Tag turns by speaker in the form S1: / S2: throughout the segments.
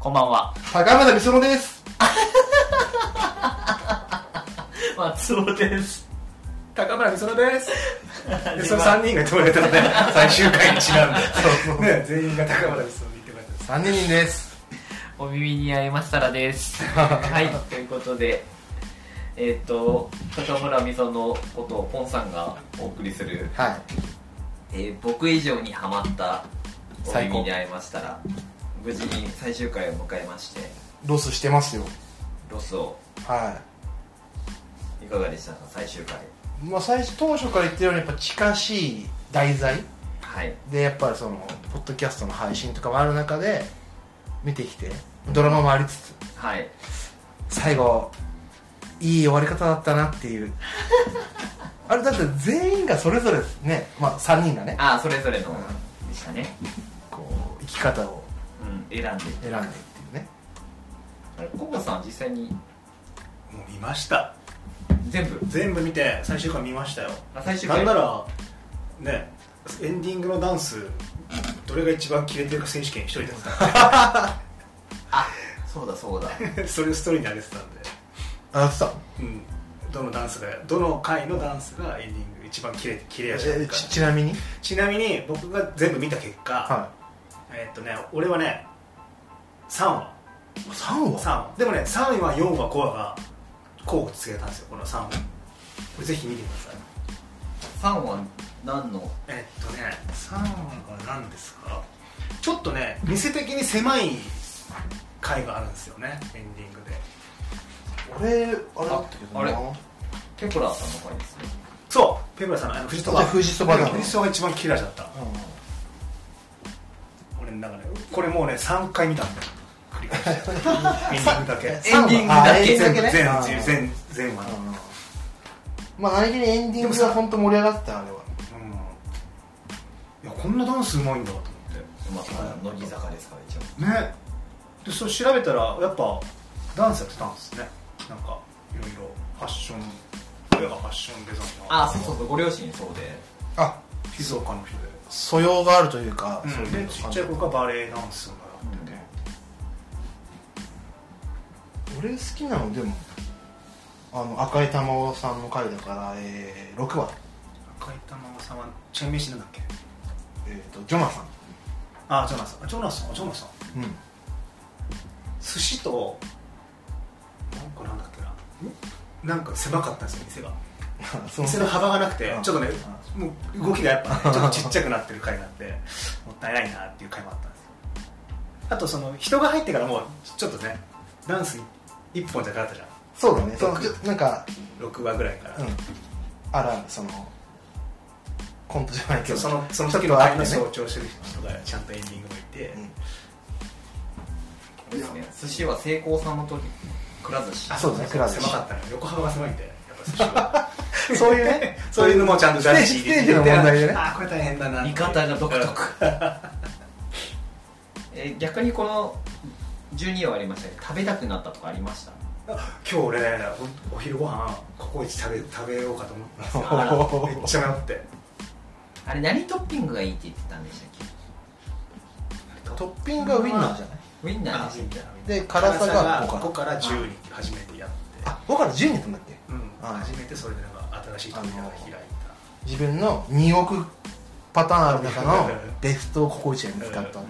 S1: こんばんは。
S2: 高山田美園です
S1: 松尾です。
S2: 高村美園ですでその
S1: は
S2: 3人が言ってもらえた らね最終回にちなんでね、全員が高村美園に言ってもらえたら3人です
S1: お耳に合いましたら です。はい、ということで、えーっ、と、高村美園のことをポンさんがお送りする、
S2: はい
S1: えー僕以上にハマったお
S2: 最高
S1: 耳に合いましたら、無事に最終回を迎えまして、
S2: ロスしてますよ
S1: ロスを
S2: はい
S1: かがでしたか、最終回。
S2: いまあ最初当初から言ってるようにやっぱ近しい題材
S1: はい。
S2: でやっぱりそのポッドキャストの配信とかもある中で見てきてドラマもありつつ
S1: はい。
S2: 最後いい終わり方だったなっていう あれだって全員がそれぞれねまあ3人がね
S1: ああ、それぞれのでしたね。
S2: こう生き方を
S1: うん、選んで。
S2: 選んでっていうね
S1: あれ、ココさん実際に
S3: もう見ました
S1: 全部、
S3: 全部見て最終回見ましたよ
S1: あ最終
S3: な
S1: 回。
S3: んならねエンディングのダンスどれが一番キレてるか選手権一人でやってたん
S1: あ、そうだそうだ。
S3: で それをストーリーに上げてたんで、
S2: あやってた
S3: うん、どのダンスがどの回のダンスがエンディング一番キレキレ味な
S2: え
S3: のか
S2: ちちなみに
S3: ちなみに僕が全部見た結果、
S2: は
S3: えーっとね俺はね3話
S2: い3
S3: 3話でもね3話4話5話が交互に告げたんですよこの3話これぜひ見てください
S1: 3は何の
S3: えっとね3話が何ですかちょっとね店的に狭い回があるんですよねエンディングで
S2: 俺あれだったけどな
S1: ああれケプラーさんの回ですね
S3: そうペブラさんのあの富士そば
S2: あ富士そばだ
S3: 富士そばが一番嫌いだった
S2: う
S3: 俺の中でこれもうね3回見たんだよ繰り返してエンディングだけ
S1: エンディングだけ
S2: あエンディン
S3: 全
S2: グ
S3: 部
S2: ね
S3: 全
S2: あ
S3: 全
S2: ー
S3: 全全話
S2: うんまあ何気にエンディングが本当盛り上がってたあれは
S3: うんいやこんなダンスうまいんだと思って
S1: まあ乃木坂ですから一応
S3: ねでそれ調べたらやっぱダンスやってたんですねなんかいろいろファッション親がファッションデザイナー
S1: あそうそうそうご両親そうで
S2: あ
S3: 静岡の人で、
S2: 素養があるというか、そう
S3: で
S2: いう
S3: ちっちゃい子がバレエダンスを習ってて、
S2: 俺好きなのでもあの赤井玉緒さんの回だから、えー、6話、
S3: 赤井玉さんはチェーン名詞なんだっけ
S2: えー、とジョナサン
S3: あジョナサンあジョナサンジョナサン
S2: うん
S3: 寿司となんかなんだっけななんか狭かったんですよ店が
S2: そ
S3: 店の幅がなくて
S2: うん
S3: ちょっとね
S2: う
S3: もう動きがやっぱ、ね、ちょっとちっちゃくなってる回があってもったいないなっていう回もあったんですよあとその人が入ってからもうちょっとねダンス一本じゃなかったじゃん
S2: そうだねそのちょなんか、
S3: 6話ぐらいから、
S2: うん、あらそのコントじゃないけ
S3: そ
S2: ど
S3: そのその
S2: ちょっ
S3: 時の
S2: とあっ
S3: 回
S2: て
S3: の
S2: ね
S3: 象徴してる人がちゃんとエンディングもいて、
S2: うん
S1: あれですね寿司は成功さんの時くら寿司
S2: あそうだねクラス
S3: 狭かったのよ横幅が狭いんでやっぱ寿司 は
S2: そういうね
S3: そういうのもちゃんと出し
S2: ステージステージの問題でね
S3: ああこれ大変だな
S1: 見方が独特 え逆にこの12話ありましたけど食べたくなったとかありました
S3: 今日俺おお昼ご飯ココイチ食べ食べようかと思ったんですよ
S1: あら
S3: めっちゃ迷って
S1: あれ何トッピングがいいって言ってたんでしたっけ
S2: トッピングがウィンナーじゃない
S1: ウインナー
S3: 味みたいな
S2: で辛さが5
S3: 辛5
S2: か
S3: から10に初めてやって
S2: ら5から10になったんだっけ
S3: うん
S2: あ
S3: 初めてそれでなんか新しい扉が開い
S2: 自分の2億パターンある中のベストココイチが見つかった
S1: うん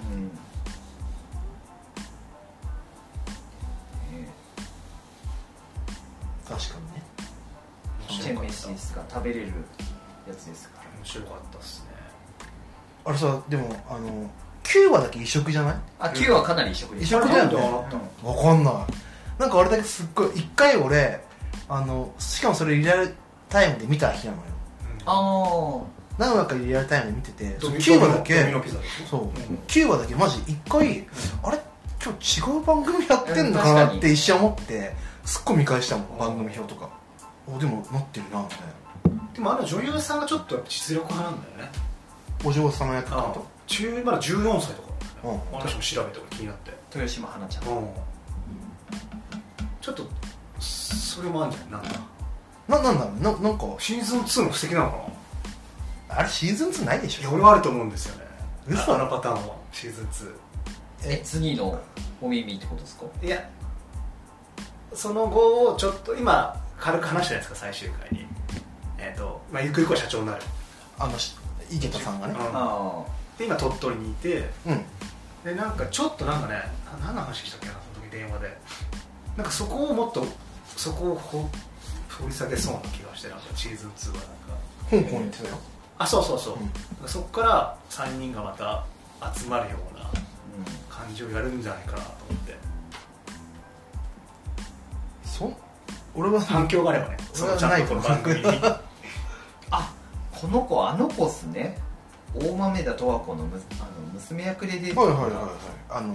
S1: え
S2: 確かにね
S1: ー
S3: た
S1: チェーンメシですか食べれるやつですから
S3: 面白かったっすね
S2: あれさでもあの9話だけ異色じゃない
S1: あ9はかなり異色で
S2: 異
S1: した
S2: 色だよね
S3: あれなんであ
S1: う
S3: の
S1: ん
S2: わかんないなんかあれだけすっごい一回俺あのしかもそれリアルタイムで見た日なのよ
S3: あ
S1: あ
S2: 何話かリアルタイムで見てて
S3: ドミ
S2: 9話だ
S3: ド
S2: け
S3: ミノピザでしょ
S2: そう、
S3: ん
S2: 9話だけマジ一回あれ今日違う番組やってんのか
S1: うん
S2: な
S1: 確か
S2: っ
S1: に
S2: て一瞬思ってすっごい見返したもん番組表とかおでもなってるなみたいな
S3: でもあの女優さんがちょっとやっぱ実力派なんだよね
S2: お嬢様役って
S3: あ
S2: こ
S3: 中まだ14歳とかだよね
S2: うん
S3: 私も調べても気になって
S1: あ豊島花ちゃん
S3: うんちょっとそれもあるんじゃないなんか
S2: とななんだろうななんか
S3: シーズン2の布石なのかな
S2: あれシーズン2ないでし
S3: いや
S2: ょ
S3: 俺はあると思うんですよね
S2: 嘘
S3: あのパターンはシーズン2
S1: え次のお耳ってことですか
S3: いやその後をちょっと今軽く話したじゃないですか最終回にえっ、と、まあ、ゆくゆくは社長になる、
S2: あのし池田さんがね
S3: うん
S1: あ
S3: で今鳥取にいて
S2: うん
S3: でなんかちょっとなんかねな何の話したっけなその時電話でなんかそこをもっとそこをほ掘り下げそうな気がしてなんかシーズン2はなんか
S2: 香港行ってたよ
S3: あそうそうそう、
S2: うん
S3: そこから3人がまた集まるような
S1: あ
S3: 感じをやるんじゃないかなと思って
S2: そ俺は
S3: 反響があればね
S2: そ
S3: そ
S2: れは
S3: のちゃんとこの番組に
S1: あこの子あの子っすね大豆田十和子のむあの娘役で出て
S2: はいはいはいはいあの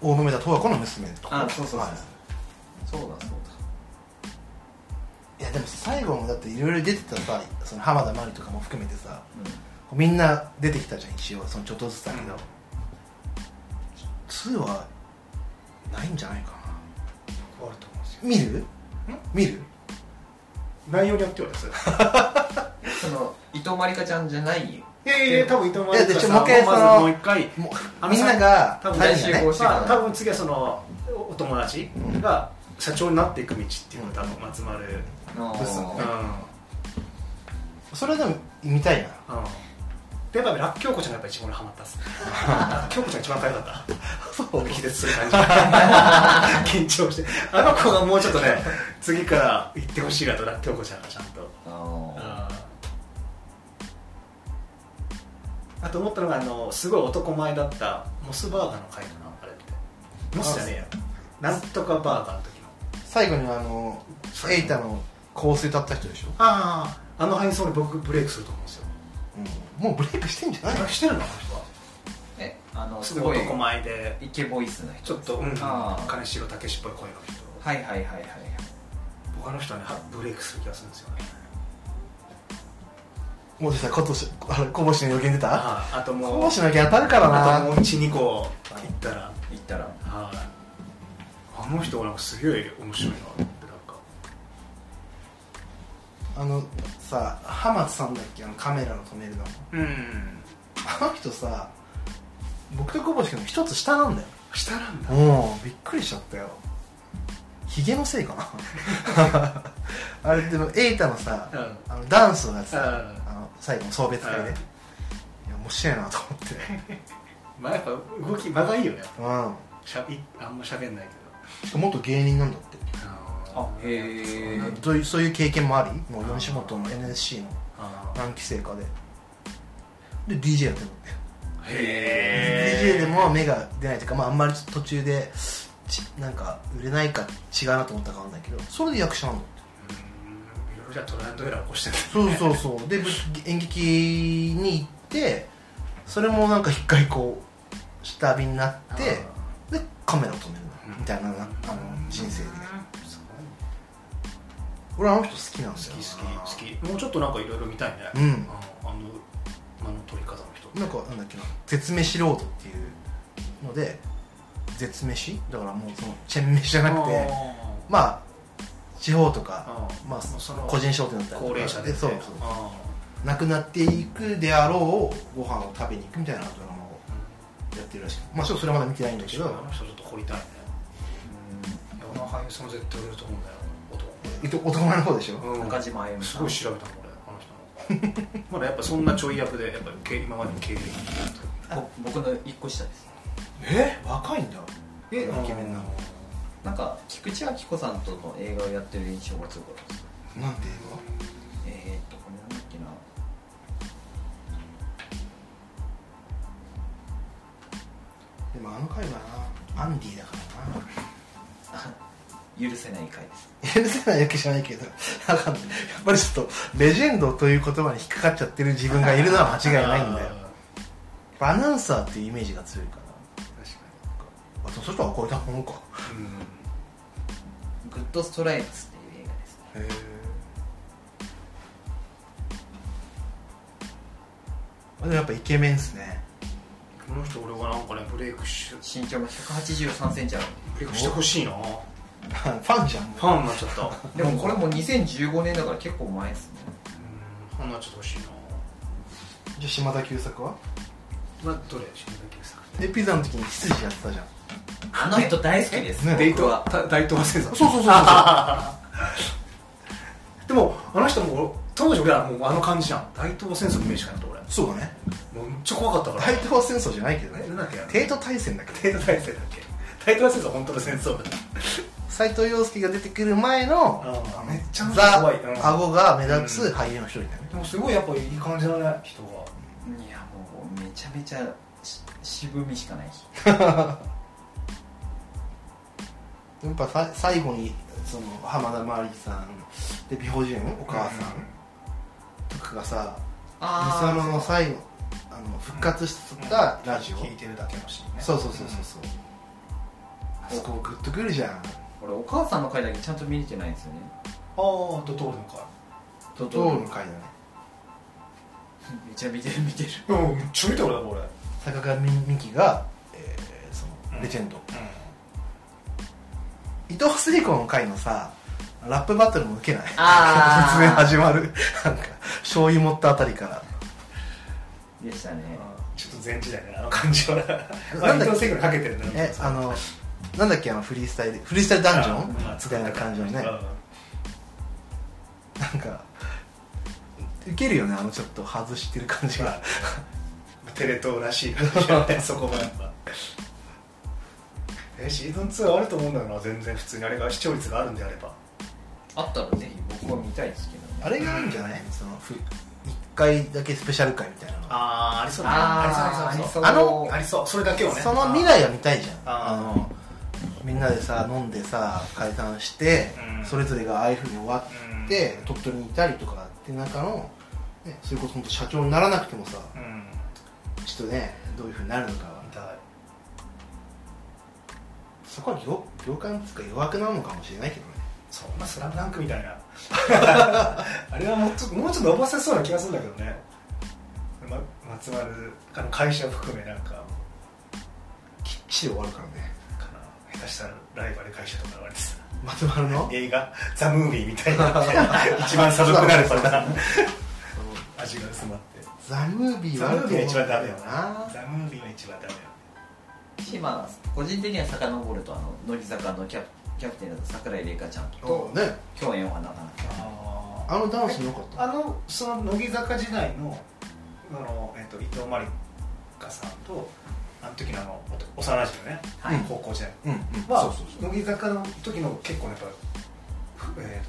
S2: 大豆田十和子の娘とか
S1: あそうそうそうそう、
S2: はい
S1: そうだそう
S2: いやでも最後もだっていろいろ出てたさその浜田真理とかも含めてさ
S1: だ、うん
S2: みんな出てきたじゃん一応そのちょっとずつだけど、2はないんじゃないか
S3: 終わると思うんですよ
S2: な見る見る
S3: 内容によってはです
S1: その伊藤まりかちゃんじゃない
S3: いやいやいや多分伊藤真
S2: いや
S3: 理
S2: で
S3: 子
S2: ちょ
S3: さ
S2: も
S3: ん
S2: う一回
S3: まず
S2: その
S3: もう一回
S2: も
S3: あ
S2: う
S3: の
S2: みんなが
S3: 多分
S2: 大変だ
S1: 来週
S2: ね
S1: こうし
S3: まあ多分次はそのおお友達が社長になっていく道っていうのが多分集まる、
S1: の
S2: 嘘
S3: うん
S2: ねそれでも見たいな
S3: うんでやっぱりらっきょうこちゃんがやっぱ一番俺ハマったっすねら っきょうこちゃん一番可愛かった
S2: そう
S3: 気絶する 感じ緊張してあの子がもうちょっとね次から行ってほしいなとらっきょうこちゃんがちゃんと
S1: あ
S3: あと思ったのがあのすごい男前だったモスバーガーの回かなあれってモスじゃねえやなんとかバーガーの時の
S2: 最後にあの
S3: そう
S2: エイタの香水歌った人でしょ、
S3: あああの配送で僕ブレイクすると思うんですよ
S2: うん、もうブレイクしてんじゃない
S3: あしてるのあの人は
S1: ーえあの
S3: す
S1: す
S3: ご
S1: ご
S3: い
S1: い
S3: 男前で
S1: イケボイスな
S3: ち
S1: 人
S3: ょっと、うん、
S1: あー
S3: 金城武っぽい声の人
S1: はいはいはいはい
S3: 僕あの人はねはブレイクする気がするんですよね
S2: もう実際今年あれ小星の予言出た
S3: ああと
S2: 小
S3: もう
S2: 星の予言当たるから
S3: あとも
S2: な
S3: う12個行ったら
S1: 言ったら
S3: はいあの人がなんかすげえ面白いなってなんか
S2: あのさ浜津さんだっけあのカメラの止めるの
S3: うん
S2: あの人さ僕と小星君の一つ下なんだよ
S3: 下なんだ
S2: うんびっくりしちゃったよヒゲのせいか なあれでも瑛太のさ
S3: うん
S2: あのダンスのやつ
S3: うん
S2: あの最後の送別会で、
S3: うん
S2: いや面白いなと思って
S3: まあやっぱ動き間がいいよね
S2: う
S3: しゃいあんま喋んないけ
S2: んしかも元芸人なんだって、
S3: ど
S1: あへえ
S2: うんそういうそういう経験もありもう吉本の NSC の
S3: あ
S2: 何期生かでで DJ やってるんだよ
S3: ーへ
S2: DJ でも目が出ないというか、まあ、あんまり途中でちなんか売れないか違うなと思ったかわかんないけどそれで役者なんだって
S3: うんいろいろじゃあトライアンドエラー起こしてる
S2: そうそうそうでぶ演劇に行ってそれもなんか一回こう下火になってでカメラを止めるのみたいななあの人生で俺あの人好きなんだよ
S3: 好き好き好きもうちょっとなんかいろいろ見たいね
S2: うん
S3: あのあのあの撮り方の人
S2: なんかなんだっけな絶飯ロードっていうので絶飯だからもうそのチェン飯じゃなくてまあ地方とか
S3: あ
S2: まあ
S3: その
S2: 個人商店だったりとか
S3: 高齢者で
S2: そうそうなくなっていくであろうご飯を食べに行くみたいなドラマをやってるらしくまあちょっとそれはまだ見てないんだけ
S3: けどあ
S2: ど
S3: の人ちょっと掘りたいねいやあの俳優さんも絶対売れると思うんだよ
S2: えっと男前の方でしょ
S3: 男、
S1: 中島あゆみ
S3: す
S1: さ
S3: ご
S1: ん
S3: い調べたもん俺あの人 のまだやっぱそんなちょい役でやっぱ経今までの経歴
S1: ぼ僕の一個下です
S2: え若いんだえ
S3: あの
S2: イケメンなの
S1: なんか菊池亜希子さんとの映画をやってる印象が強かったです
S2: なんて
S1: えー、っとこれなんだっけな
S2: 映画でもあの回はなアンディだからな
S1: 許せない回です
S2: 許せないわけじゃないけどなんかやっぱりちょっとレジェンドという言葉に引っかかっちゃってる自分がいるのは間違いないんだよやっぱアナウンサーっていうイメージが強いから
S3: あー確か
S2: あでもそしたらこれだもんか
S3: にうん
S1: グッドストライクスっていう映画ですね
S2: へえでもやっぱイケメンっすね
S3: この人俺がなんかねブレイクし
S1: 身長が1 8 3センチある
S3: ブレイクしてほしいな
S2: ファンじゃんもう
S3: ファンになっち ゃったうん
S1: でもこれも2015年だから結構前ですね
S3: ファンになっちゃってほしいな
S2: じゃあ島田久作は
S3: まあどれ島田久作って
S2: でピザの時に執事やってたじゃん
S1: あの人大好きです
S2: ね
S3: デー
S1: 僕
S3: ト
S1: は
S3: た大東亜星座
S2: そうそうそうそう
S3: でもあの人も当時俺らもうあの感じじゃん大東亜戦争のイメージしかないと俺
S2: そうだね
S3: もうめっちゃ怖かったから
S2: 大東亜戦争じゃないけどね
S3: えなんだっけ
S2: 帝都大戦だけど
S3: 帝都大戦だっけ大東亜戦争は本当の戦争だ
S2: 斎藤洋介が出てくる前の
S3: うん
S2: あの
S3: めっちゃ
S2: ザ
S3: 怖いうん
S2: 顎が目立つ俳優の一人だよね
S3: でもすごいやっぱいい感じだね人はい
S1: やもうめちゃめちゃし渋みしかない
S2: やっぱさ最後にその浜田真理さんで美保純お母さんとかがさ「ミサロの最後あの復活したラジオ」
S3: 聞いてるだけのシーンね
S2: そうそうそうそうそうあそこグッとくるじゃん
S1: 俺お母さんの回だけちゃんと見れてないんですよね
S3: ああドトールの
S1: ドト
S2: ど
S1: ー
S2: う
S1: ル
S2: の回だね
S1: めちゃ見てる見てる
S3: 回うんめっちゃ見た俺だもん俺
S2: 坂上美紀が、えーそうの
S3: ん
S2: レジェンド、伊藤聖子の回のさラップバトルも受けない
S1: あー
S2: 突然始まるなんか醤油持ったあたりから
S1: でしたね
S3: ちょっと前時代だなあの感じは
S2: な
S3: なんん
S2: だっけ
S3: だけかけてるね
S2: えあのなんだっけあのフリースタイルフリースタイルダンジョン
S3: うん
S2: みたいな感じのねなんか受けるよねあのちょっと外してる感じが
S3: うんテレ東らしい感じだね そこもやっ ぱえシーズン2はあると思うんだよな全然普通にあれが視聴率があるんであれば
S1: あったらぜひ僕は見たいですけどね
S2: あれがあるんじゃないそのふ1回だけスペシャル回みたいなのあ
S3: ああありそう
S1: だね
S3: ありそう
S1: あ
S3: あ
S1: りそう
S3: のありそうそれだけをね
S2: その未
S3: あ
S2: 来は見たいじゃんあ
S3: あー
S2: のみんなでさ飲んでさ解散して、
S3: うん
S2: それぞれがああいうふうに終わ
S3: ー
S2: って、鳥取にいたりとかって中の、ね、それこそ本当社長にならなくてもさ
S3: うんうん
S2: ちょっとねどういうふうになるのかは
S3: 見たい
S2: そこは業業界のつか弱くなるのかもしれないけどね
S3: そんなスラムダンクみたいなあれはもうちょっともうちょっと伸ばせそうな気がするんだけどね、ま、松丸あの会社含めなんか
S2: きっちり終わるからね
S3: かな下手したらライバル会社とか言われてさ
S2: 松丸の
S3: 映画「ザ・ムービー」みたいな一番寒くなるパターン
S2: その
S3: 味が薄まって
S2: ザ・ムービー
S3: ザ・
S2: はあ
S3: ム
S2: る
S3: ー
S2: と
S3: ビー
S2: 思うんだ
S3: が一番
S2: よ
S3: ダメよな
S2: な
S3: ザ・ムービーが一番ダメよね
S1: しまあ個人的には遡るとあの乃木坂のキャプキャプテンだった桜井玲香ちゃんと
S2: そうね
S1: 共演はなかなか
S3: あ
S2: あのダンス良かった
S3: あのその乃木坂時代のあの、えっと伊藤真理香さんとあの時のあのお幼馴染のね、
S1: はい
S3: 高校時代
S2: うんうん
S3: は、
S2: そうそうそう
S3: 乃木坂の時の結構やっぱふえ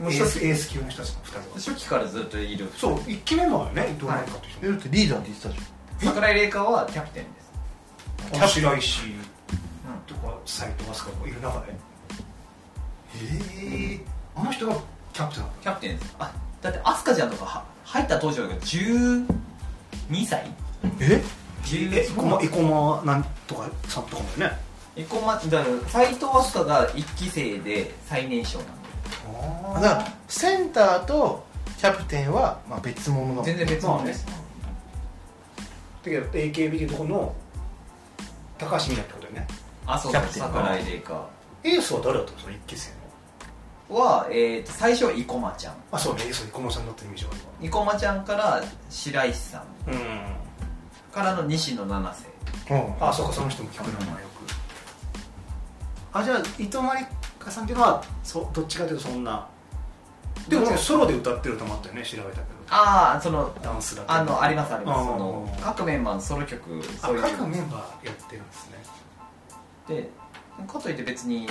S3: ー、
S1: もう
S3: とエ
S1: 一
S3: ー
S1: つ
S3: スエース級の人たちの2人が
S1: 初期からずっといる
S3: そう1期目もあるよね伊藤真理香と一緒に
S2: えだってリーダーって言ってたじ
S1: 桜井玲香はキャプテンです
S3: 面白いし
S1: うん
S3: とか斎藤飛鳥もいる中でへえあの人がキャプテンだっ
S1: キャプテンですあだって飛鳥ちゃんとかは入った当時は12歳
S2: ゃんえ
S3: たえ生駒生駒なんとかさんとかもね
S1: 生駒だから斎藤飛鳥が1期生で最年少なんで
S3: あ
S2: だからセンターとキャプテンはまあ別物の
S1: 全然別物です、
S3: だけど AKB っていうところの高橋美奈ってことだよね
S1: あそう
S2: キ
S1: そう
S2: ャプテン
S1: 桜井玲香
S3: エースは誰だったのその一期生の
S1: は、えー、と最初は生駒ちゃん
S3: あそうねエースは生駒さんだったイメージがあ
S1: 生駒ちゃんから白石さん
S3: るわ
S1: からの西野七瀬
S2: うん
S3: あそうかその人も聞くなよくあじゃあ伊藤真理香さんっていうのはそどっちかというとそんなでもなんかソロで歌ってる歌もあったよね調べたけど
S1: ああその
S3: ダンスだったり
S1: あのありますあります
S3: あ
S1: そ
S3: ー
S1: の各メンバーのソロ曲
S3: あ
S1: そういう
S3: 各メンバーやってるんですね
S1: でかといって別に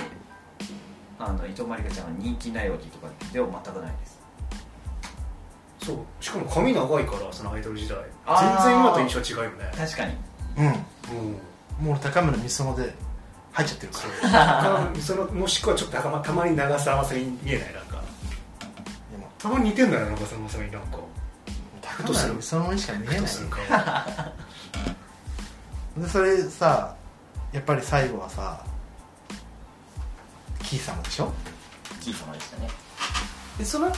S1: あの伊藤まりかちゃんが人気ないわけとかでは全くないです
S3: そうしかも髪長いからそのアイドル時代
S1: あー
S3: 全然今と印象違うよね
S1: 確かに
S2: うん
S3: うん
S2: もう俺高村美園で入っちゃってるか
S3: そ
S2: らいう
S3: 他のそのもしくはちょっとたまたまに長澤まさみに見えないなんか
S2: やもう
S3: たまに似てんだよ長澤まさみになんか
S2: 高村美園にしか見えない
S3: どうするか
S2: でそれさやっぱり最後はさキー様でしょ
S1: キー様でしたね
S3: でそのえっ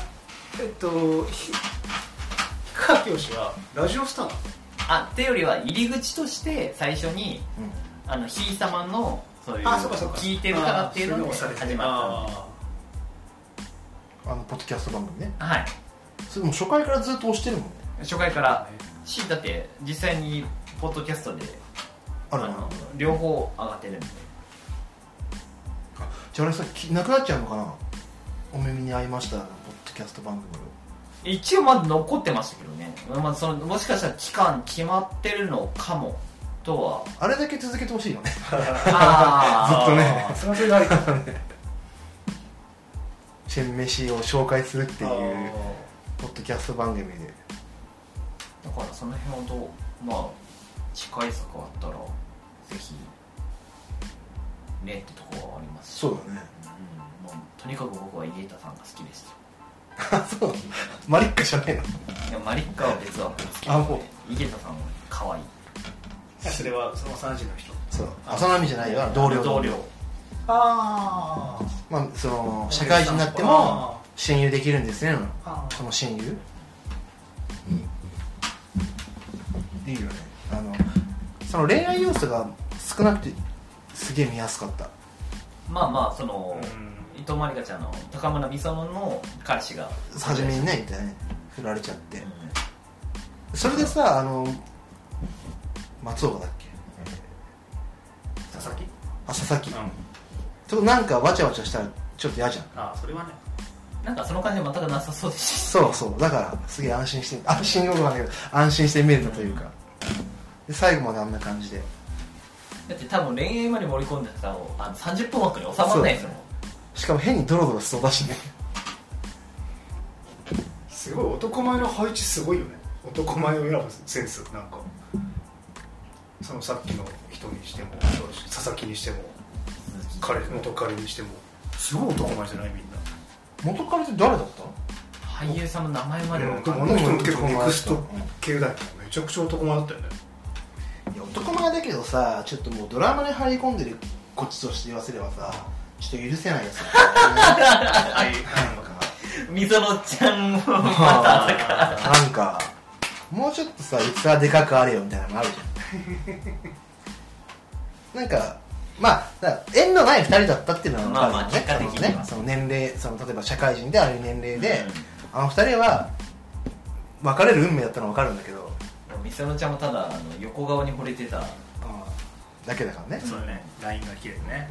S3: とひ氷川きよしはラジオスターなの
S1: あってよりは入り口として最初に
S2: うん
S1: あのひい様のそういう
S3: あそうかそうか
S1: 聞いてるからっていうので
S3: あー
S1: 始
S3: そ
S1: まった
S3: れで押され
S1: ん
S3: て
S1: で
S3: あ
S2: あのポッドキャスト番組ね
S1: はい
S2: それもう初回からずっと押してるもんね
S1: 初回からしだって実際にポッドキャストで
S2: あ
S1: あ
S2: る
S1: の両方上がってるんで
S2: じゃああれさきなくなっちゃうのかなお耳に合いましたポッドキャスト番組
S1: 一応まだ残ってましたけどね、まあ、そのもしかしたら期間決まってるのかもと は
S2: あれだけ続けてほしいよね
S1: あー
S2: ずっとね
S3: それはそれでありかっ
S2: チェン飯を紹介するって
S3: て
S2: い
S3: いう
S2: うポッドキャスト番組で
S1: だからその辺をどうまあ次回作あったらぜひねってとこはありますし
S2: そうだね
S1: うんもうとにかく僕は井桁さんが好きでした
S2: そうマリックじゃないの
S1: いやマリッカは別枠ですけ
S2: あ
S1: ど、
S2: も
S1: ね、井桁さんは可愛い
S3: それはその3時の人
S2: そう浅波じゃないよ同僚
S1: 同僚
S3: あー
S2: まあその社会人になっても
S3: あ
S2: 親友できるんですね
S3: ーあー
S2: その親友いいよねあのその恋愛要素が少なくてすげえ見やすかった
S1: まあまあその、
S3: う
S1: 伊藤まりかちゃんの高村美園の彼氏が
S2: 初めにねみたいな振られちゃって
S1: うん
S2: それでさあの松岡だっけ
S3: 佐々木
S2: あ佐々木
S3: うん
S2: となんかわちゃわちゃしたらちょっと嫌じゃん
S3: ああそれはね
S1: なんかその感じは全くなさそうですし
S2: そうそうだからすげえ安心して安心用語なんだけど安心して見れたというかで最後まであんな感じで
S1: だって多分恋愛まで盛り込んでたらあの30分枠に収まらないですもん
S2: しかも変にドロドロしそうだしね
S3: すごい男前の配置すごいよね男前を選ぶセンスなんかそのさっきの人にしても佐々木にしても彼元彼にしてもすごい男前じゃないみんな
S2: 元彼って誰だった
S1: 俳優さんの名前までわ
S3: で
S1: か
S3: もあ
S1: ん
S3: の
S1: ない
S3: 人も結構ネクスト系だよめちゃくちゃ男前だったよね
S2: いや男前だけどさちょっともうドラマに入り込んでるこっちとして言わせればさちょっと許せないやつだよね
S3: はい
S2: なんか
S1: みぞのちゃんもまただから
S2: なんかもうちょっとさ器でかくあれよみたいなのあるじゃんなんかまあだから縁のない2人だったっていうのは分かるよ
S1: まあまあ結果的には
S2: そのねその年齢その例えば社会人でああいう年齢で、あの2人は別れる運命だったのは分かるんだけど
S1: うんみぞのちゃんもただあの横顔に惚れてた
S2: だけだからね、
S3: そうだねラインが綺麗ね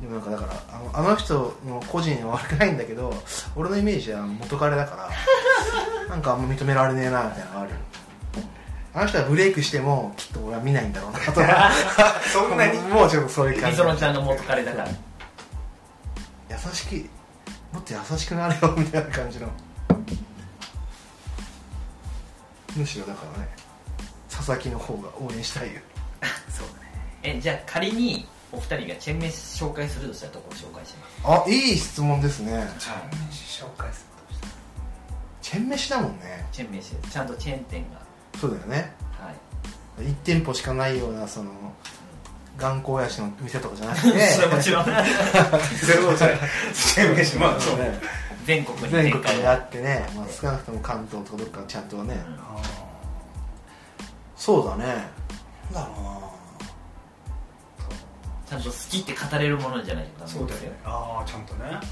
S2: でもなんかだからあのあの人の個人は悪くないんだけど俺のイメージは元彼だからな んかあんま認められねえなみたいなのがあるあの人はブレイクしてもきっと俺は見ないんだろうな とか
S3: そんなに
S2: もうちょっとそういう感
S1: み
S2: じ
S1: ぞのちゃんの元彼だから
S2: 優しきもっと優しくなれよみたいな感じのむしろだからね佐々木の方が応援したいよ
S3: そうだね
S1: えじゃあ仮にお二人がチェンメシ紹介するとしたらどこを紹介します
S2: あいい質問ですね
S3: じゃあ紹介するとしたら
S2: チェン飯だもんね
S1: チェンメシですちゃんとチェーン店が
S2: そうだよね
S1: はい
S2: 1店舗しかないようなその頑固親父の店とかじゃなく
S1: それも
S2: て
S1: ちろん
S3: それもじゃあ名詞 まあそうね
S2: ね
S1: 全国に
S2: 全
S1: 展
S2: 国
S1: 開
S2: に
S1: が
S2: あってね、まあ、少なくとも関東とかどっかちゃんとね、
S1: うん
S2: そうだねなんだろうな
S1: ちゃんと好きって語れるものじゃないとダメ
S3: そう
S1: で
S3: だ
S1: す
S3: よ
S1: よ
S3: ねああちゃんとね
S1: はい
S3: って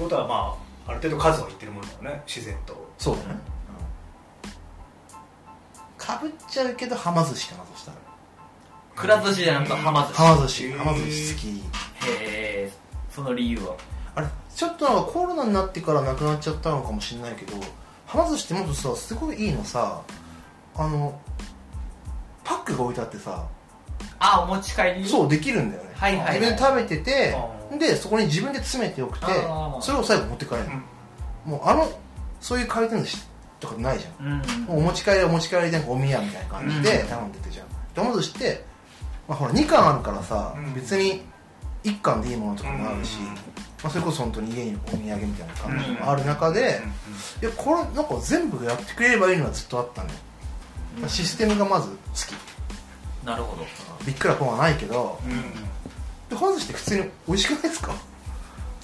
S3: ことはまあある程度数は言ってるもんだよね自然と
S2: そうだねかぶっちゃうけどはま寿司かなとしたら
S1: くら寿司じゃなくてはま寿司
S2: はま寿司
S3: へー
S2: はま寿司好き
S1: へえその理由は
S2: あれちょっとなんかコロナになってからなくなっちゃったのかもしれないけどはま寿司ってもっとさすごいいいのさあのパックが置いてあってさ
S1: あお持ち帰り
S2: そうできるんだよね、
S1: はいはいはい
S2: 自分で食べてて
S3: あー
S2: でそこに自分で詰めておくて
S1: あー
S2: それを最後持って帰るもうあのそういう回転寿司とかないじゃん
S1: うん
S2: もうお持ち帰りはお持ち帰りでおみやみたいな感じで
S3: うん
S2: 頼んでてじゃんでお寿司って、まあ、ほら2貫あるからさ、
S3: うん
S2: 別に1貫でいいものとかもあるし、
S3: うん
S2: まあ、それこそ本当に家にお土産みたいな感じもある中で、いやこれなんか全部やってくれればいいのはずっとあったね、まあシステムがまず好
S1: なるほど
S2: きびっくらポンはないけど
S3: うんうん
S2: ではま寿司って普通に美味しくないですか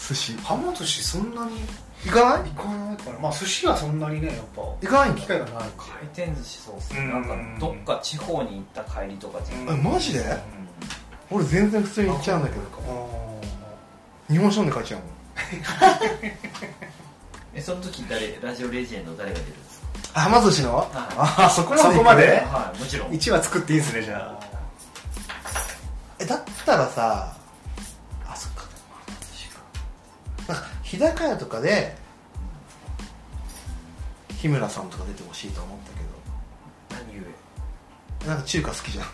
S2: 寿司
S3: はま寿司そんなに
S2: 行かない
S3: 行かないからまあ寿司はそんなにねやっぱ
S2: 行かないん
S3: 機会
S2: だ
S3: がない
S1: 回転寿司そうっす
S3: う
S1: ね
S3: ん
S1: なんかどっか地方に行った帰りとかじゃん
S3: うん
S2: えマジで俺全然普通に行っちゃうんだけど日本酒飲んで帰っちゃうもん
S1: えその時誰ラジオレジェンド誰が出るんです
S2: あはま寿司の
S1: い
S2: ああそこまで行く
S3: そこまでえ
S1: かはいもちろん
S3: 1は作っていいですねじゃあ
S2: えだったらさあそっかなんか日高屋とかで日村さんとか出てほしいと思ったけ
S1: 何故
S2: どなんか中華好き じゃん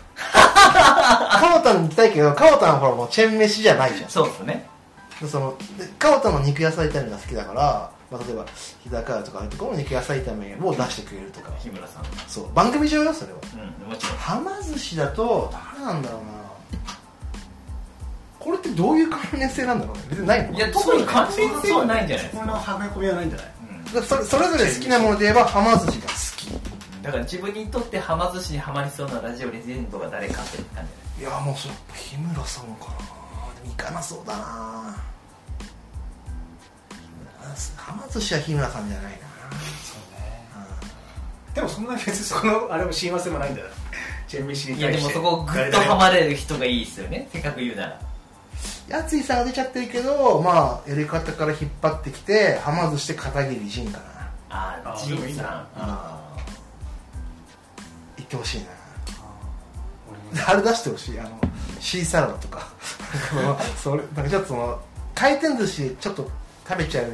S2: カオタンに行きたいけどカオタンはほらもうチェーン飯じゃないじゃん
S1: そうですね
S2: でそのでカオタンの肉野菜炒めが好きだから、まあ、例えば日高屋とかああいうところの肉野菜炒めを出してくれるとか
S1: 日村さん
S2: そう番組上よそれは
S1: うんもちろん
S2: はま寿司だと誰なんだろうなこれってどういう関連性なんだろうね別にないの
S1: いや特に関連性はないんじゃないで
S3: そ
S1: す
S3: この
S1: か、
S3: はめ込みはないんじゃない
S1: うん
S2: だからそれそれぞれ好きなもので言えばはま寿司が好き
S1: だから自分にとってはま寿司にはまりそうなラジオレジェンドが誰かって感じ
S2: いやもうそれ日村さんかなでも行かなそうだなはま寿司は日村さんじゃないな
S3: そうね
S2: う
S3: でもそんなに別にそこのあれも親和性もないんだよチェンミシに
S1: いや
S3: 対
S1: で
S3: し
S1: も
S3: て
S1: そこグッとはまれる人がいいですよねせっかく言うなら
S2: んやついさんが出ちゃってるけどまあやり方から引っ張ってきてはま寿司で片桐仁かな
S1: ああ
S3: あ
S1: ジ
S3: でもい
S1: ン
S3: い
S1: さん
S3: な
S1: あ
S2: 行ってほしいな
S3: 俺も
S2: あれ出してほしいあのシーサラダとか それなんかちょっとその回転寿司ちょっと食べちゃう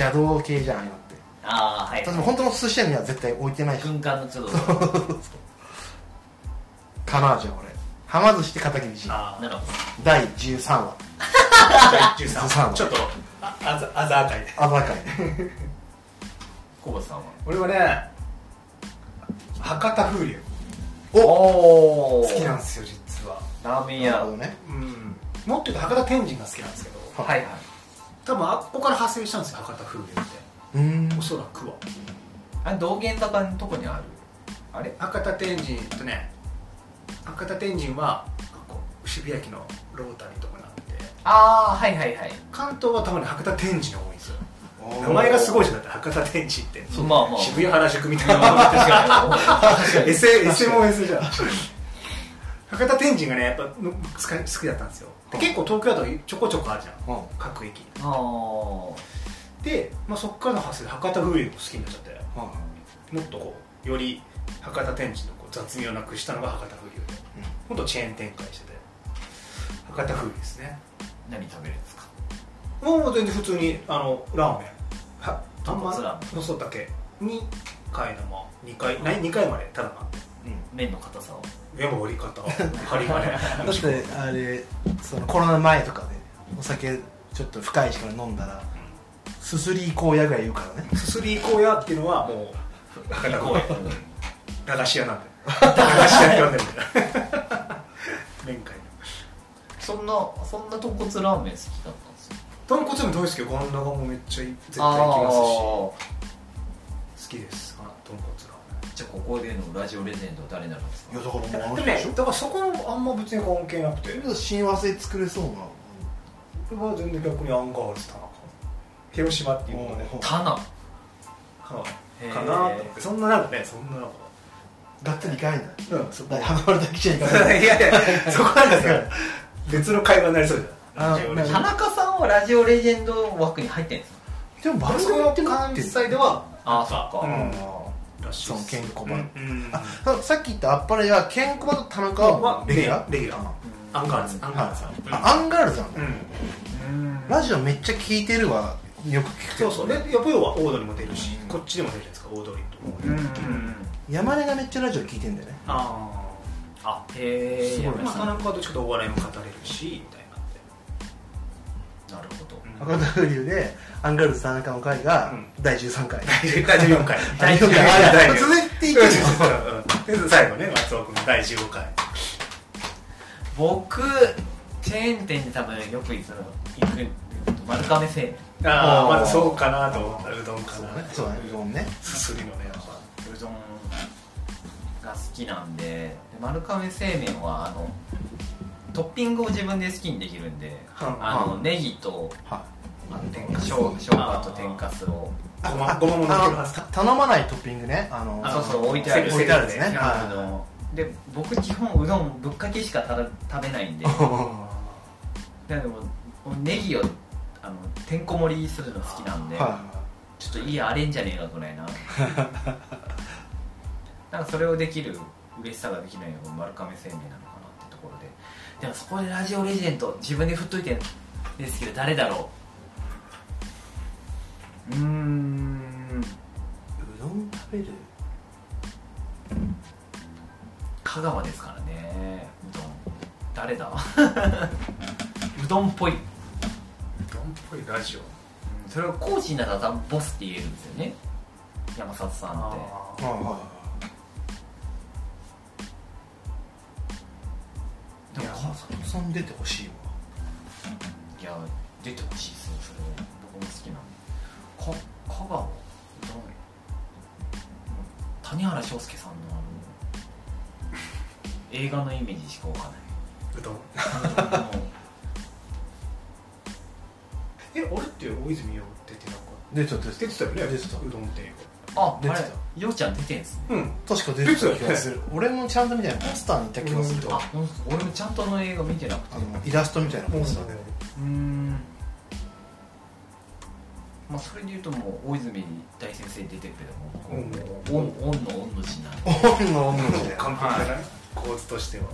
S2: 邪道系じゃん今って
S1: ーあーはい
S2: 例えば本当の寿司屋には絶対置いて ないし
S1: 軍艦のちょっと
S2: かなじゃあ俺はま寿司で片桐仁
S3: あ
S1: なるほど
S2: 第13話
S3: あ
S2: 13
S3: 13ちょっとああざあざあかいね
S2: あざかい
S1: コボさんは
S3: 俺はね博多風流
S1: おお
S3: 好きなんですよ実は
S1: ラーメン
S2: なる
S1: 屋
S2: ほどね
S3: うんもっと言うと博多天神が好きなんですけど
S1: はいはい
S3: 多分あっこから派生したんですよ博多風流って
S2: うーん
S3: おそらくは
S1: あれ道玄坂のとこにあるあれ
S3: 博多天神とね博多天神はこう渋谷駅のロータリーとかなんで
S1: ああはい はいはい
S3: 関東は多分ね博多天神が多いんですよ名前がすごいじゃんだって博多天神って
S1: そうまあまあ
S3: 渋谷原宿みた い
S1: 確
S3: な
S1: かに
S3: エセエセもエセじゃん博多天神がねやっぱの使い好きだったんですよで結構東京だとちょこちょこあるじゃん
S2: うん
S3: 各駅
S1: ああ
S3: で、まあ、そっからの発生で博多風流も好きになっちゃって
S2: うん
S3: もっとこうより博多天神のこう雑味をなくしたのが博多風流でもっとチェーン展開してて博多風流ですね
S1: 何食べるんですか
S3: もう全然普通にあのラーメンはあん
S1: 豚骨ラ
S3: まのそうだけに替え玉2回ない二回までただな
S1: 麺の硬さを
S3: でも折り方針り 金
S2: だってあれそのコロナ前とかでお酒ちょっと深いしから飲んだらすすり荒野ぐらい言うからね
S3: すすり行こうや っていうのはもう博多
S1: こ
S3: 公園
S1: う
S3: 駄菓子屋なんで駄菓子屋って呼んでる んだよ麺会
S1: そんなそんな豚骨ラーメン好きだったんですよ
S3: 豚骨も大好きよガンダガもめっちゃい絶対
S1: あ
S3: 行きますし好
S1: ー
S3: きですあ豚骨ラーメン
S1: じゃあここでのラジオレジェンドは誰になるんです
S2: い
S1: か
S2: やだからもうあの人
S3: でも
S2: で
S3: ね
S2: しょ
S3: だからそこのあんま別に関係なくて
S2: 親和性作れそうな
S3: 俺は全然逆にアンガールズ田中広島っていうのがね
S2: おう
S1: タナ
S3: か
S1: へー
S3: かなと思ってそんななんかねそんななんか
S2: がっつりいかないんだ
S3: うんそこい
S2: ハマるだけじゃいかない
S3: やいやそこなんかさ別の会話になりそうじゃ
S2: あ
S3: んラジオ
S2: な
S3: レ
S2: る
S3: ジ
S2: ほど
S3: ェ
S1: 田
S3: ンド
S1: 中さんはラジオレジェンド枠に入ってんですか
S2: でも番
S3: そ
S2: 組
S3: こ
S2: や
S3: の
S2: ってもらっ
S3: 関
S2: て
S3: 西では
S1: あーそっか
S3: うんらしい
S2: そ
S3: っ
S2: の
S3: す
S2: 健康版、
S3: うんうん
S2: あささっき言ったあっぱれは健康版と田中はレギュラー
S3: レギュラーアンガールズアンガールズさん
S2: あアンガールズなんだ、
S3: うん
S2: ラジオめっちゃ聞いてるわよく聞くけ
S3: そ
S2: ど
S3: うそうでやっぱ要はオードリーも出るし
S1: うん
S3: こっちでも出るじゃないですかオードリーと
S1: うん
S2: 山根がめっちゃラジオ聞いてんだよね
S3: あ
S1: あへえ
S2: すごい
S3: あまあ田中はどっちかというとお笑いも語れるしみたいなっ
S1: な
S3: て
S1: るほど
S2: 博多風流でアンガールズ田中の回が
S3: うん
S2: 第13回、
S3: 第14回
S2: 第
S1: 14回
S2: あ
S3: 第14回
S2: 続いていくよ
S3: うんうん最後ね松尾君第15回
S1: 僕チェーン店に多分よく行くの行く丸亀製
S3: あ
S2: あ
S3: あ
S2: ー
S3: まずそうかなと思ったうどんかな
S2: そうだねうどんね
S3: すすりのねやっぱ
S1: 麺うどんが好きなんでで丸亀製麺はあのトッピングを自分で好きにできるんで
S3: は
S1: あの
S2: は
S1: ネギと
S2: は
S1: あのしょう生姜と天かすを
S3: あごまごまも乗ってるはず
S2: あのた頼まないトッピングねあの
S1: あそうそう置いてある
S2: 置いてあるですね
S3: セ
S1: あ
S2: は
S1: ので僕基本うどんぶっかけしかただ食べないんででもネギをあのてんこ盛りするの好きなん
S2: い
S1: で、
S2: は
S1: ちょっといいあれんじゃねえかぐらいななんかそれをできる嬉しさができないのが丸亀製麺なのかなってところででもそこでラジオレジェンド自分で振っといてんですけど誰だろううーん
S2: どん食べる
S1: 香川ですからねうどん誰だ うどんっぽい
S3: どんっぽいラジオ
S1: それをコーチになったら多分ボスって言えるんですよね山里さんって
S2: ああはい
S1: でも
S2: 山里さん出てほしいわ
S1: いや出てほしいですねそれ僕も好きなんでか香川うどん谷原章介さんのあの映画のイメージしかわかんないう
S3: どん
S1: あの
S3: えあれって大泉洋出てなんか
S2: 出てた出
S3: 出てたよね
S2: 出てた
S3: うどんっていう
S1: あ、
S2: 出て
S1: あ
S2: た
S1: れ、ようちゃん出てんすね。
S3: うん
S2: 確か出てた気がする俺もちゃんとみたいなポスターにいた気がする
S3: うん
S1: あ、ほんと俺もちゃんとあの映画見てなくて。
S2: あのイラストみたいなポスターで
S1: うーん。まあ、それで言うともう、大泉大先生出てるけども、
S3: う
S1: オン、オンのオンの字なんで。
S2: オ ンのオンの字で
S3: 完璧じゃない構図としては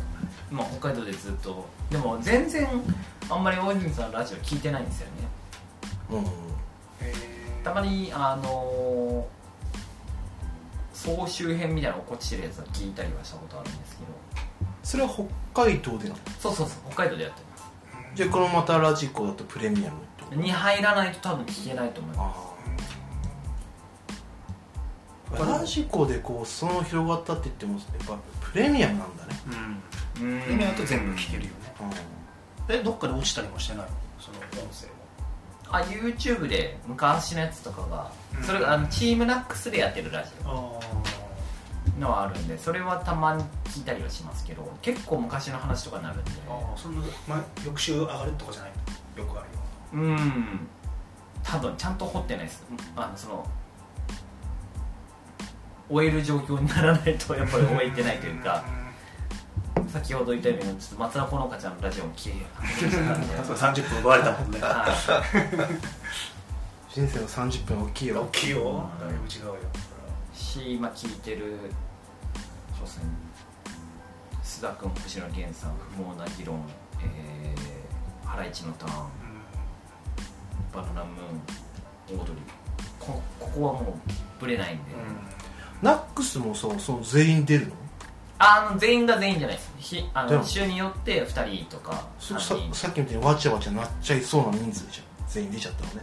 S1: まあ、北海道でずっと。でも、全然、あんまり大泉さんのラジオ聞いてないんですよね。
S2: うん
S3: えー
S1: たまに、あのー総集編みたいなの落っこちてるやつは聞いたりはしたことあるんですけど。
S2: それは北海道でなの
S1: そうそうそう、北海道でやってます。
S2: じゃあこのまたラジコだとプレミアムってこと
S1: に入らないと多分聞けないと思います。
S2: ああラジコでこうその広がったって言ってもやっぱプレミアムなんだね
S3: うん
S1: うん
S3: 今だと全部聞けるよね
S2: う
S3: えどっかで落ちたりもしてないのその音声も
S1: あ YouTube で昔のやつとかが、
S3: うん
S1: それがあのチームナックスでやってるラジ
S3: あ
S1: オのはあるんでそれはたまに聞いたりはしますけど結構昔の話とかになるんで
S3: あそんな、ま、翌週上がるとかじゃないのよくあるよ
S1: うん多分ちゃんと掘ってないですあのその終える状況にならないとやっぱり終えてないというか先ほど言ったようにちょっと松田好花ちゃんのラジオも聞いてなかったんで
S3: そう30分奪われたもんね
S1: はい
S2: ん人生の30分大きい
S3: 大
S2: よ
S3: きいよだいぶ違うよ
S1: し今聞いてるそうですね須田君星野源さん不毛な議論、えー、ハライチのターンバナナムーンオードリーこここはもうブレないんで、
S2: ナックスもさその全員出るの
S1: あの全員が全員じゃないですひあ
S2: で
S1: の
S2: も
S1: 週によって2人とか
S2: そさ
S1: 3人
S2: さっきみたいにわちゃわちゃなっちゃいそうな人数じゃん全員出ちゃったのね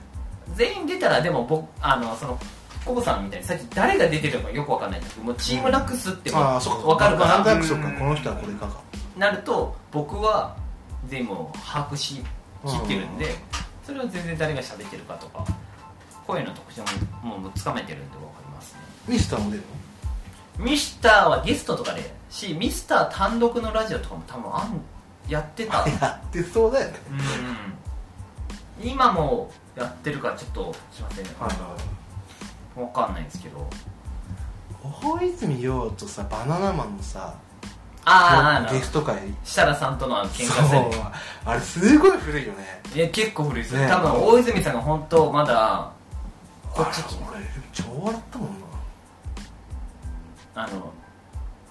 S1: 全員出たらでも僕あのそのコボさんみたいにさっき誰が出てるのかよくわかんないんですけどもうチームラックスってもう
S2: ああそっか
S1: わかるか
S2: なんと
S1: ら
S2: なくそっかこの人はこれかか
S1: なると僕は全部を把握しきってるんで、
S2: うん
S1: それを全然誰が喋ってるかとか声の特徴ももうつかめてるんで分かりますね
S2: ミスターも出る
S1: ミスターはゲストとかでしミスター単独のラジオとかも多分あんやってた
S2: の やってそうだよね
S1: うん今もやってるかちょっとすいません分かんないんですけど
S2: 大泉洋とさバナナマンのさ
S1: あーあーあ
S2: ゲ
S1: の
S2: スト会
S1: 設楽さんとのあの喧嘩
S2: そ
S1: 戦
S2: うあれすごい古いよね
S1: え結構古いですよ、
S2: ねえ
S1: 多分大泉さんが本当まだこっち来て
S2: あれ俺超笑ったもんな
S1: あの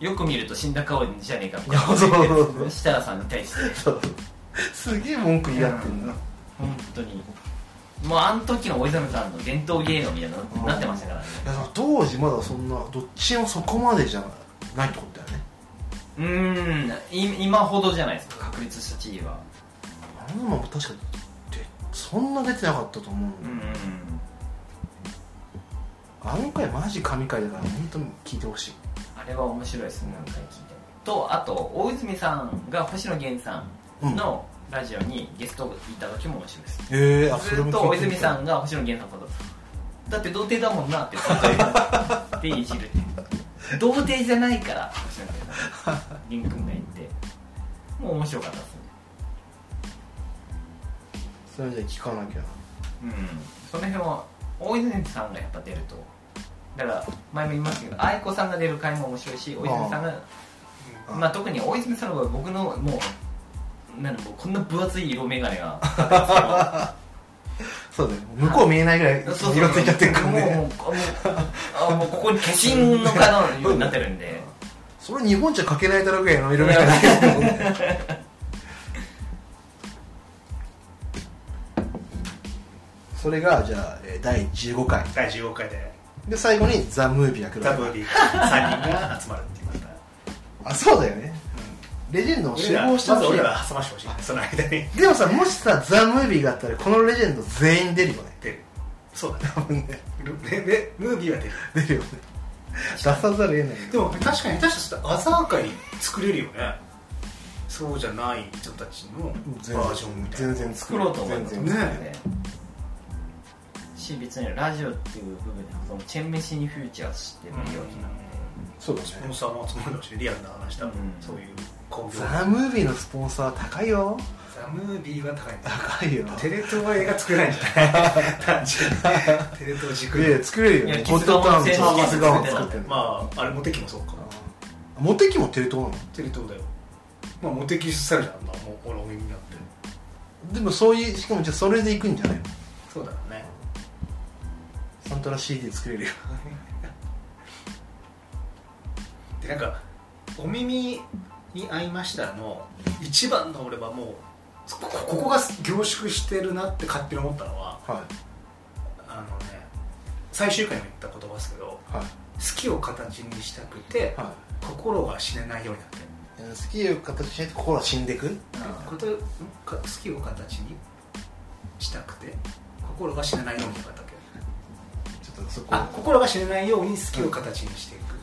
S1: よく見ると死んだ顔じゃねえかみたいな
S2: そうそうそう
S1: 設楽さんに対して
S2: そうすげえ文句言い合ってんな
S1: 本当にもうあの時の大泉さんの伝統芸能みたいなのになってましたからね
S2: いやだから当時まだそんなどっちもそこまでじゃないってことだよね
S1: うーんい今ほどじゃないですか確立した地位は
S2: バナナマンも確かでそんな出てなかったと思うんだよ、
S1: うん
S2: あの回マジ神回だから本当に聞いてほしい
S1: あれは面白いですね何回聞いてもとあと大泉さんが星野源さんのラジオにゲストいた時も面白いです
S2: ええあそ
S1: ず
S2: れ
S1: っ
S2: も
S1: と大泉さ
S2: ん
S1: んが星野源さんのことだって童貞だもんなってずっと言うでいじるって童貞じゃないから星野源さん源君が言ってもう面白かったですね
S2: それじゃ聞かなきゃ
S1: うんその辺は大泉さんがやっぱ出るとだから前も言いましたけど愛子さんが出る回も面白いし大泉さんが
S2: あ
S1: まあ特に大泉さんの方が僕のもうなんだろうこんな分厚い色眼鏡が
S2: そうだよ向こう見えないぐらい
S1: そうそう
S2: 色ついちゃってるから
S1: もう
S2: ね
S1: もうもうあもうここに化身のかのようになってるんで
S2: それ日本じゃかけないだろうぐらいの色目しかない それがじゃあえー第15回
S3: 第15回で
S2: で最後に「ザ・ムービーが来る
S3: ダブル D 3人が集まるっていうか、
S2: あそうだよねレジェンド
S3: う
S2: を
S3: ん、
S2: 集合して
S3: まず
S2: ほしい
S3: 俺ら挟ましてほしいねその間 に
S2: でもさもしさ「ザ・ムービーがあったらこのレジェンド全員出るよね
S3: 出るそうだね
S2: 多分ね
S3: ルねねムービーは出る
S2: 出るよね出さざるを得ない
S3: でも確かに下手したらアザー界作れるよねそうじゃない人たちのバージョンみたいな
S2: 全然作
S1: 作ろうと思えば作
S2: 全
S1: れ
S2: 然
S1: る
S3: ね
S1: し別にラジオっていう部分でそのチェンメシにフューチャーしてもいいわけなんで、
S2: そうだ
S3: スポンサーも集まるだしリアルな話だ、
S1: うん
S3: そういう興行
S2: ザ・ムービーのスポンサー高いよ
S3: ザ・ムービーは高いんだ
S2: 高いよ
S3: テレ東は映画作れないんじゃない単 純にテレ東軸
S2: いや作れるよ
S1: い
S2: ね
S1: やキッズガオン
S2: キッズガオンキッズガオン作ってるの
S3: まああれモテキもそうか
S2: あモテキもテレ東なの
S3: テレ東だよまあモテキされじゃんあんなもうほらお耳になって
S2: でもそういうしかもじゃあそれで行くんじゃないの
S3: そうだろうね
S2: サントラ CD 作れるよ
S3: でなんか「お耳に合いました」の一番の俺はもうこここが凝縮してるなって勝手に思ったのは
S2: は
S3: あのね最終回にも言った言葉ですけど
S2: いはい
S3: 好きを形にしたくて
S2: は
S3: 心が死ねないようになってる
S2: い好きを形にして心は死んでく
S3: ことんか好きを形にしたくて心が死ねないようにだったっけ
S2: ちょっとそこ
S3: あ心が死ねないように好きを形にしていく、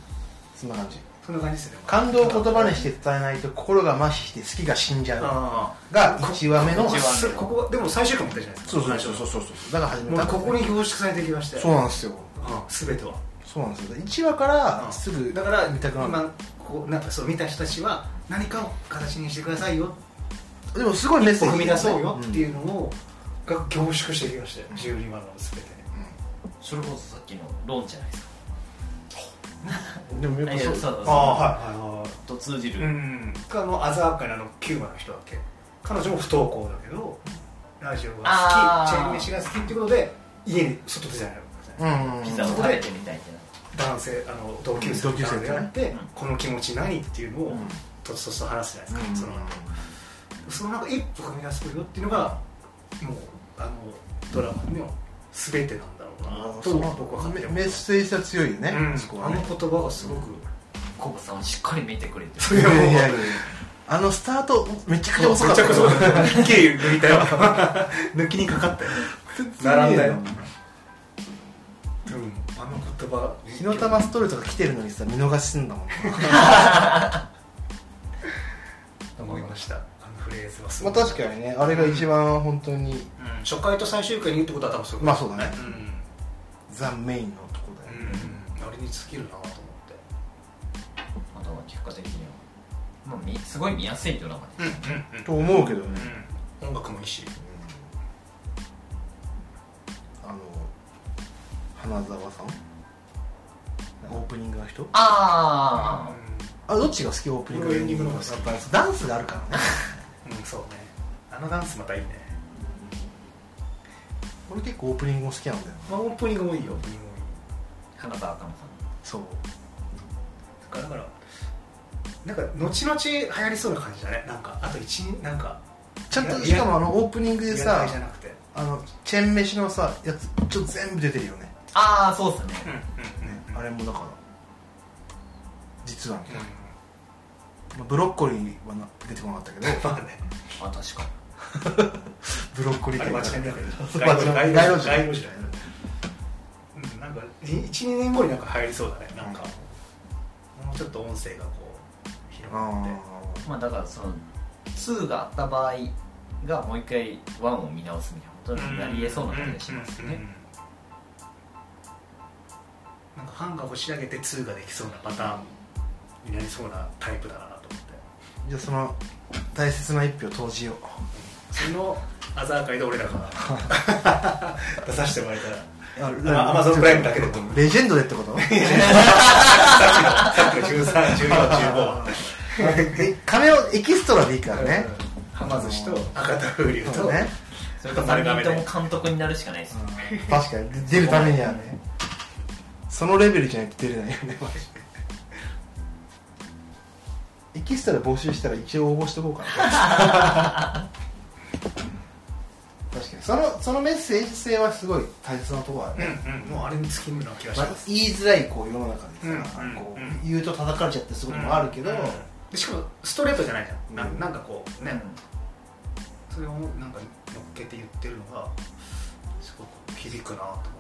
S2: そんな感じ
S3: そんな感じですよね
S2: 感動を言葉にして伝えないと心が麻痺して好きが死んじゃう
S3: ああ
S2: が1話目の
S1: 一話
S3: すここでも最終回も言ったじゃないですか
S2: そうだから始め
S3: も
S2: た
S3: うここに凝縮されてきましたよ
S2: そうなんですよ
S3: うん、全ては
S2: そうなんですよ1話からすぐ
S3: だから
S2: 見たくなる
S3: 今こうなんかそう見た人たちは何かを形にしてくださいよ
S2: でもすごいメッ
S3: 一
S2: セー
S3: 歩
S2: ジ
S3: 踏み出そうよっていううのを、が凝縮してきましたよ12話の全て
S1: それこそさっきのローンじゃないですか
S2: んでもやっぱ
S1: いや
S2: そ
S1: そううそう
S3: いはいはい
S1: と通じる、
S3: うん、あのアザー界のあのキューバの人だっけ彼女も不登校だけどラジオが
S1: あ
S3: 好き
S1: ー
S3: チェーン飯が好きっていうことで家に外出てないわけですね
S2: うん
S1: ピザを食べてみたいってな
S3: 男性あの同級生
S2: 同級生とね
S3: であって、
S1: うん
S3: この気持ち何っていうのを、
S1: うん
S3: とつとつと話すじゃないですか、
S2: うん
S3: そのその中一歩踏み出すよっていうのがもうあのドラマの全てなんだろうなと僕は勝
S2: メ
S3: 手に思
S2: メ
S3: い
S2: ッ
S3: ます
S2: セージは強いよね、
S3: うん
S2: そこ
S3: あ
S2: はね
S3: の言葉がすごく、
S1: コブさんをしっかり見てくれてる
S3: そ
S2: い
S3: れ
S2: や
S3: はいもう
S2: やいやあのスタートめちゃくちゃ遅かったよ
S3: めちゃくちゃ遅かった一気に抜いたよ抜きにかかったよ 並んだようんあの言葉
S2: 火の玉ストレートが来てるのにさ見逃しすんだもんね
S3: 思いましたあのフレーズはす
S2: まあ
S3: い
S2: 確かにねあれが一番本当に
S3: うん初回と最終回に言うってことは多分そういうこと
S2: まあそうだね
S3: うん、
S2: ザ・メインのとこだよ、ね
S3: うん、あれに尽きるなと思っ
S1: あとは結果的には、まあ、みすごい見やすいドラマで
S3: てうんうん
S2: と思うけどね、
S3: うん、音楽もいいし
S2: あの花澤さんオープニングの人
S1: あ
S2: あどっちが好きオープニング
S3: 俺エンディングの方が好き
S2: やっぱりダンスがあるからね
S3: うん、そうねあのダンスまたいいね、
S2: 俺結構オープニングも好きなんだよ
S3: まあ、オープニングもいいよオープニングもいい
S1: あ花澤香菜さん
S2: そう
S3: だからだからなんか後々流行りそうな感じだねなんかあと一なんか
S2: ちゃんと
S3: いや
S2: しかもあのオープニングで
S3: やら
S2: さ
S3: ないじゃなくて
S2: あのチェーン飯のさやつちょっと全部出てるよね
S1: ああそうっすね
S3: うんうん
S2: ね
S3: うんうん
S2: あれもだから実は、ね
S3: う
S2: まあ、ブロッコリーはな出てこなかった けど
S3: んまあね
S1: あ確かに
S2: ブロッコリー
S3: あれ
S2: 店
S3: 街並みだけ
S2: そう
S3: ど
S2: 街並み街路樹
S3: 街路樹だよねうんなんか12年後になんか入りそうだねなんか、もうちょっと音声がこう広
S2: あ
S3: がって
S1: まあだからその2があった場合がもう一回1を見直すみたいなことになりえそうな気がします
S3: うんうんうんう
S1: ね
S3: んなんかハンガーを仕上げて2ができそうなパターンになりそうなタイプだなと思って
S2: じゃあその大切な一票投じよう
S3: そのアザー会で俺ら が出させてもらえたら
S2: あ
S3: あ Amazon プライムだけでと思う
S2: レジェンドでってこと
S3: さっきの131415は
S2: え亀をエキストラでいいからね、
S3: はま寿司と赤田風流と
S2: そうね、
S1: それか3人とも監督になるしかないです
S2: 確かに出るためにはねそのレベルじゃないと出れないよねマジでエキ ストラ募集したら一応応募しておこうかな確確かにそのそのメッセージ性はすごい大切なところある、ね
S3: うんうんもうあれに尽きるような気がし
S2: まあ
S3: ま、す、
S2: 言いづらいこう世の中でさ、
S3: うんうん
S2: こ
S3: うん
S2: う言うと叩かれちゃってすることもあるけど、
S3: うんでしかもストレートじゃないじゃん、な
S2: うん
S3: なんかこうね、
S1: うん
S3: それをなんか乗っけて言ってるのがすごく響くなと思って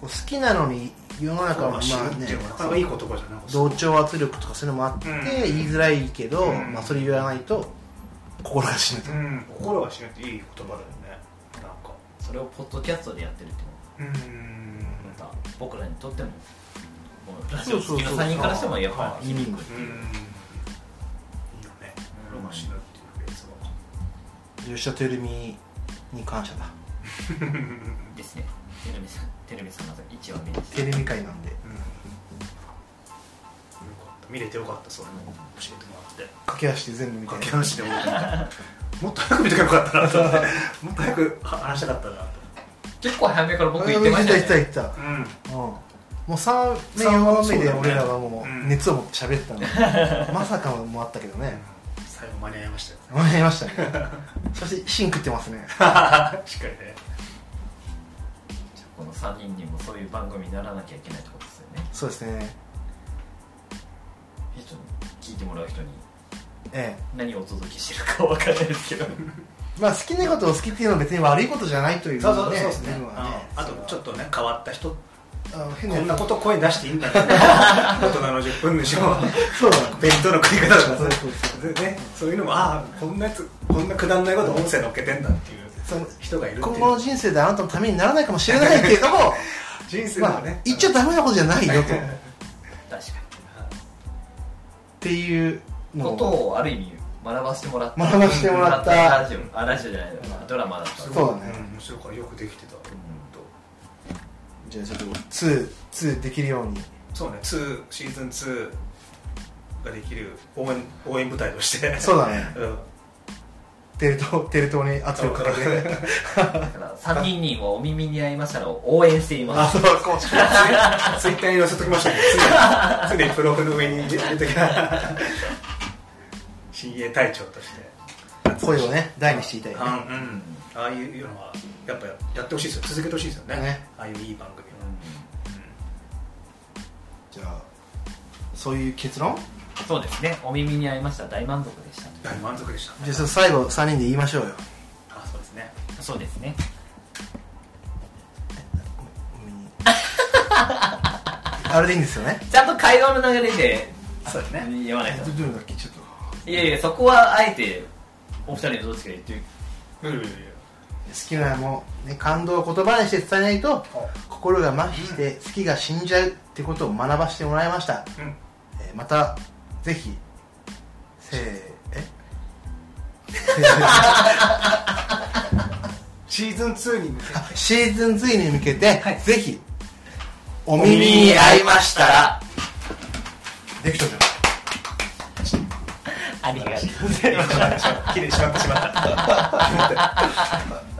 S2: 好きなのに世の中はま
S3: まあ知る
S2: あ
S3: っていうのはなかなかいい
S2: ね
S3: 言葉じゃなくて
S2: 同調圧力とかそういうのもあって
S3: うん
S2: 言いづらいけど、
S3: うん
S2: まあ、それ言わないと心が死ぬと、
S3: うん心が死ぬっていい言葉だよねなんか
S1: それをポッドキャストでやってるっていう
S3: うん
S1: のはまた僕らにとってももうラジオ好きな3人からしてもやっぱ
S2: そうそうそう
S1: 響くって
S3: うんい
S1: いう、
S3: いよね心が死ぬっていうフレーズは
S2: 吉田照美に感謝だ
S1: ですねテレビさんテレビさんが一番目にして
S2: テレビ界なんで
S3: うんよかった見れてよかったそれも教えてもらって
S2: 駆け足で全部見て
S3: 駆け足でももっと早く見とけばよかったなと思ってもっと早く話したかったなと思
S1: 結構早めから僕
S2: うん
S1: 行ってました
S2: 行った行
S1: ね
S2: った行っ
S3: って
S2: た、うん、もう3目
S3: 三
S2: 4
S3: 話
S2: 番目で
S3: そうだね
S2: 俺らはも
S3: うん
S2: う熱を持って喋ってたの、 まさかもあったけどね
S3: 最後間に合いましたよ
S2: 間に合いましたねそしてシン食ってますね
S3: しっかりね
S1: じゃあこの3人にもそういう番組にならなきゃいけないってことですよね
S2: そうですね
S1: 人に聞いてもらう人に
S2: ええ
S1: 何をお届けしてるかわからないですけど
S2: まあ好きなことを好きっていうのは別に悪いことじゃないという
S3: そうそうそう
S2: ね
S3: ですね
S2: 部分はね
S3: あとちょっとね変わった人
S2: あの変
S3: こんな
S2: な
S3: こと声出していいんだな大人の10分でしょ
S2: そうだね
S3: 弁当の食い方と
S2: そ
S3: か
S2: うそう
S3: でねそういうのもああこんなやつこんなくだんないこと音声乗っけてんだっていう
S2: そうその
S3: 人がいるってい
S2: 今
S3: う
S2: 後の人生であなたのためにならないかもしれないけれども
S3: 人生
S2: ま
S3: は
S2: あ
S3: ね
S2: 言っちゃダメなことじゃないよとっ
S1: 確か
S2: ていう
S1: に
S2: の
S1: ことをある意味学ばせてもらった
S2: 学ばせてもらっ
S1: ラ
S2: た
S1: ジオあラジオじゃないドラマだった
S3: す
S1: んで
S3: ごい
S2: そうだね
S3: ん面白いからよくできてたうん
S2: じゃあちょっと2 2できるように
S3: そうね2シーズン2ができる応援応援部隊として
S2: そうだね
S3: うん
S2: テレ東テレ東に圧力かけて
S1: だから3人にもお耳に合いましたら応援していま
S2: あ
S1: す
S2: そうこう
S3: ツイツイッターに載せときましたけど常に常にブログの上に入れときな親衛隊長として
S2: 声をね大にしていたいよね
S3: あうんああいうのはやっぱやってほしいですよ続けてほしいですよね
S2: ね
S3: ああいういい番組を、
S2: じゃあそういう結論
S1: そうですねお耳に合いました大満足でした
S3: 大満足でした
S2: じゃあちょっと最後3人で言いましょうよ
S3: あそうですね
S1: そうですね
S2: 海にあれでいいんですよね
S1: ちゃんと会話の流れで
S3: そうですね
S1: 言わないと
S2: どうだっけちょっと
S1: いやいやそこはあえてお二人のどっちかで言って
S3: うんうんうん
S2: 好きなもん、ね、感動を言葉にして伝えないと心が麻痺して好きが死んじゃうってことを学ばせてもらいました、えーまたぜひせーえ
S3: シーズン2に向けて
S2: シーズン2に向けて、
S3: はい
S2: ぜひお耳に合いましたらできたじゃん
S1: ありがとう
S3: 綺麗にしまってしまった